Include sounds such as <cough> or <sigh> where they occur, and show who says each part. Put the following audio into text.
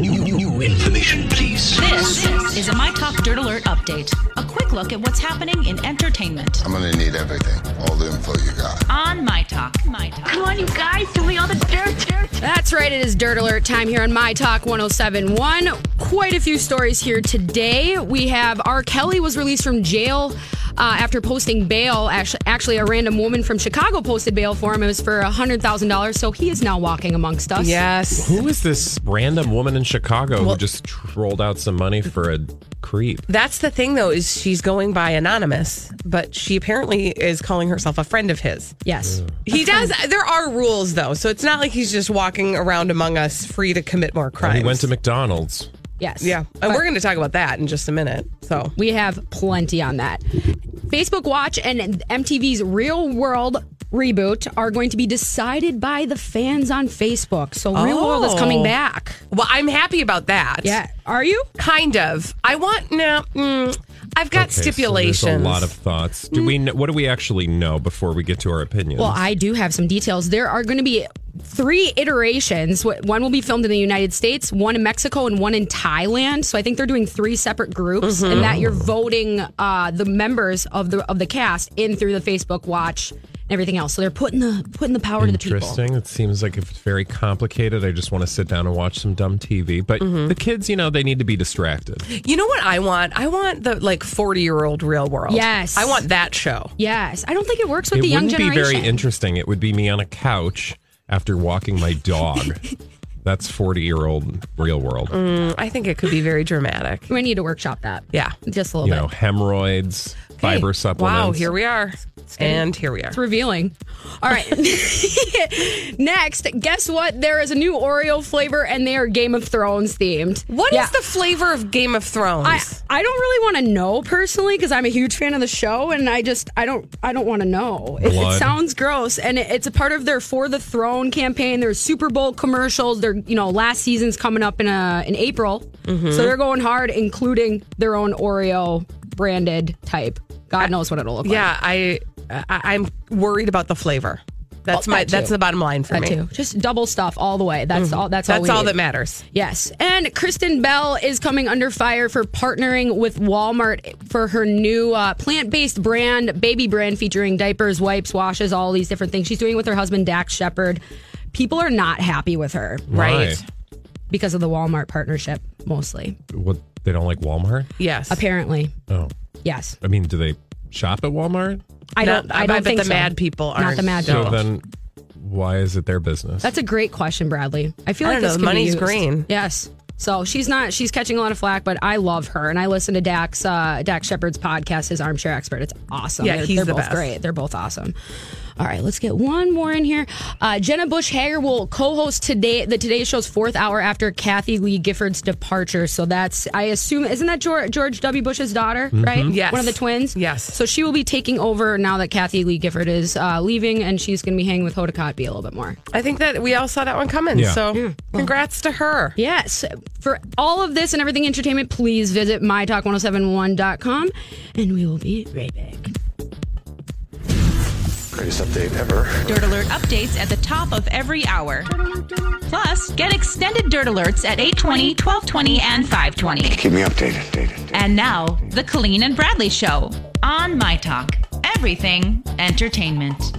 Speaker 1: New, new information, please.
Speaker 2: This is a My Talk Dirt Alert update. A quick look at what's happening in entertainment
Speaker 3: I'm gonna need everything, all the info you got.
Speaker 2: on My Talk. My Talk.
Speaker 4: Come on, you guys, give me all the dirt, dirt, dirt.
Speaker 5: That's right, it is Dirt Alert time here on My Talk 1071. Quite a few stories here today. We have R. Kelly was released from jail uh, after posting bail. Act- Actually, a random woman from Chicago posted bail for him. It was for $100,000, so he is now walking amongst us.
Speaker 6: Yes.
Speaker 7: Who is this random woman in Chicago who just trolled out some money for a creep?
Speaker 6: That's the thing, though, is she's going by anonymous, but she apparently is calling herself a friend of his.
Speaker 5: Yes.
Speaker 6: He does. There are rules, though, so it's not like he's just walking around among us free to commit more
Speaker 7: Well,
Speaker 6: crimes.
Speaker 7: he went to McDonald's.
Speaker 5: Yes.
Speaker 6: yeah, and we're going to talk about that in just a minute. So
Speaker 5: We have plenty on that. Facebook Watch and MTV's Real World reboot are going to be decided by the fans on Facebook. So Real World is coming
Speaker 6: Oh.
Speaker 5: back.
Speaker 6: Well, I'm happy about that.
Speaker 5: Yeah. Are you?
Speaker 6: kind of. I want now. Mm, I've got
Speaker 7: Okay, so
Speaker 6: stipulations.
Speaker 7: there's a lot of thoughts. Do we? Know, what do we actually know before we get to our opinions?
Speaker 5: Well, I do have some details. There are going to be three iterations. Wh- One will be filmed in the United States, one in Mexico, and one in Thailand. So I think they're doing three separate groups,
Speaker 6: Mm-hmm.
Speaker 5: and that you're voting uh, the members of the of the cast in through the Facebook Watch and everything else. So they're putting the putting the power to the people.
Speaker 7: Interesting. It seems like if it's very complicated, I just want to sit down and watch some dumb TV. But
Speaker 5: Mm-hmm.
Speaker 7: the kids, you know, they need to be distracted.
Speaker 6: You know what I want? I want the like 40 year old Real World.
Speaker 5: Yes.
Speaker 6: I want that show.
Speaker 5: Yes, I don't think it works with
Speaker 7: It
Speaker 5: the young
Speaker 7: wouldn't be
Speaker 5: generation.
Speaker 7: very interesting. It would be me on a couch after walking
Speaker 5: <laughs>
Speaker 7: my dog. That's forty-year-old real world.
Speaker 5: Mm.
Speaker 6: I think it could be very dramatic.
Speaker 5: we need to workshop that.
Speaker 6: Yeah.
Speaker 5: just a little
Speaker 7: You
Speaker 5: bit.
Speaker 7: know, hemorrhoids, fiber supplements.
Speaker 6: Wow, here we are. And here we are.
Speaker 5: It's revealing. All right. <laughs> Next, guess what? There is a new Oreo flavor and they are Game of Thrones themed.
Speaker 6: What is
Speaker 5: Yeah.
Speaker 6: the flavor of Game of Thrones?
Speaker 5: I, I don't really want to know personally because I'm a huge fan of the show and I just I don't I don't want to know. It, it
Speaker 7: Blood.
Speaker 5: sounds gross and it, it's a part of their For the Throne campaign. There's Super Bowl commercials. They're you know last season's coming up in uh in April,
Speaker 6: Mm-hmm.
Speaker 5: so they're going hard, including their own Oreo branded type. God knows what it'll look like.
Speaker 6: yeah, I, I I'm worried about the flavor. That's
Speaker 5: Oh,
Speaker 6: my
Speaker 5: that
Speaker 6: that's
Speaker 5: too.
Speaker 6: the bottom line for
Speaker 5: That
Speaker 6: me.
Speaker 5: too. Just double stuff all the way. That's all. That's, all.
Speaker 6: Mm-hmm. That's
Speaker 5: we
Speaker 6: all
Speaker 5: need.
Speaker 6: that matters.
Speaker 5: Yes. And Kristen Bell is coming under fire for partnering with Walmart for her new uh, plant based brand, baby brand featuring diapers, wipes, washes, all these different things she's doing with her husband, Dax Shepard. People are not happy with her
Speaker 7: Why?
Speaker 6: Right.
Speaker 5: because of the Walmart partnership, mostly,
Speaker 7: What? They don't like Walmart.
Speaker 6: Yes.
Speaker 5: apparently.
Speaker 7: Oh,
Speaker 5: Yes.
Speaker 7: I mean, do they shop at Walmart?
Speaker 5: I
Speaker 6: No,
Speaker 5: don't, I don't
Speaker 6: bet
Speaker 5: think
Speaker 6: the
Speaker 5: so.
Speaker 6: mad people
Speaker 5: Not
Speaker 6: aren't.
Speaker 5: the mad
Speaker 7: So
Speaker 5: people.
Speaker 7: then, why is it their business?
Speaker 5: That's a great question, Bradley. I feel
Speaker 6: I
Speaker 5: like
Speaker 6: don't know,
Speaker 5: this
Speaker 6: the
Speaker 5: could be
Speaker 6: money's
Speaker 5: used.
Speaker 6: green.
Speaker 5: Yes. So she's not. She's catching a lot of flack, but I love her, and I listen to Dax uh, Dax Shepard's podcast, his Armchair Expert. It's awesome.
Speaker 6: Yeah,
Speaker 5: they're,
Speaker 6: he's
Speaker 5: they're
Speaker 6: the
Speaker 5: both
Speaker 6: best.
Speaker 5: great. They're both awesome. All right, let's get one more in here. Uh, Jenna Bush Hager will co-host today the Today Show's fourth hour after Kathy Lee Gifford's departure. So that's I assume isn't that George, George W. Bush's daughter, right?
Speaker 6: Yes.
Speaker 5: one of the twins.
Speaker 6: Yes.
Speaker 5: So she will be taking over now that Kathy Lee Gifford is uh, leaving, and she's going to be hanging with Hoda Kotb a little bit more.
Speaker 6: I think that we all saw that one coming.
Speaker 7: Yeah.
Speaker 6: So congrats to her.
Speaker 5: Yes. For all of this and everything entertainment, please visit mytalk1071.com and we will be right back.
Speaker 3: Greatest update ever.
Speaker 2: Dirt Alert updates at the top of every hour. Plus, get extended Dirt Alerts at 820, 1220, and 520.
Speaker 3: Keep me updated. updated.
Speaker 2: And now, The Colleen and Bradley Show on My Talk. Everything entertainment.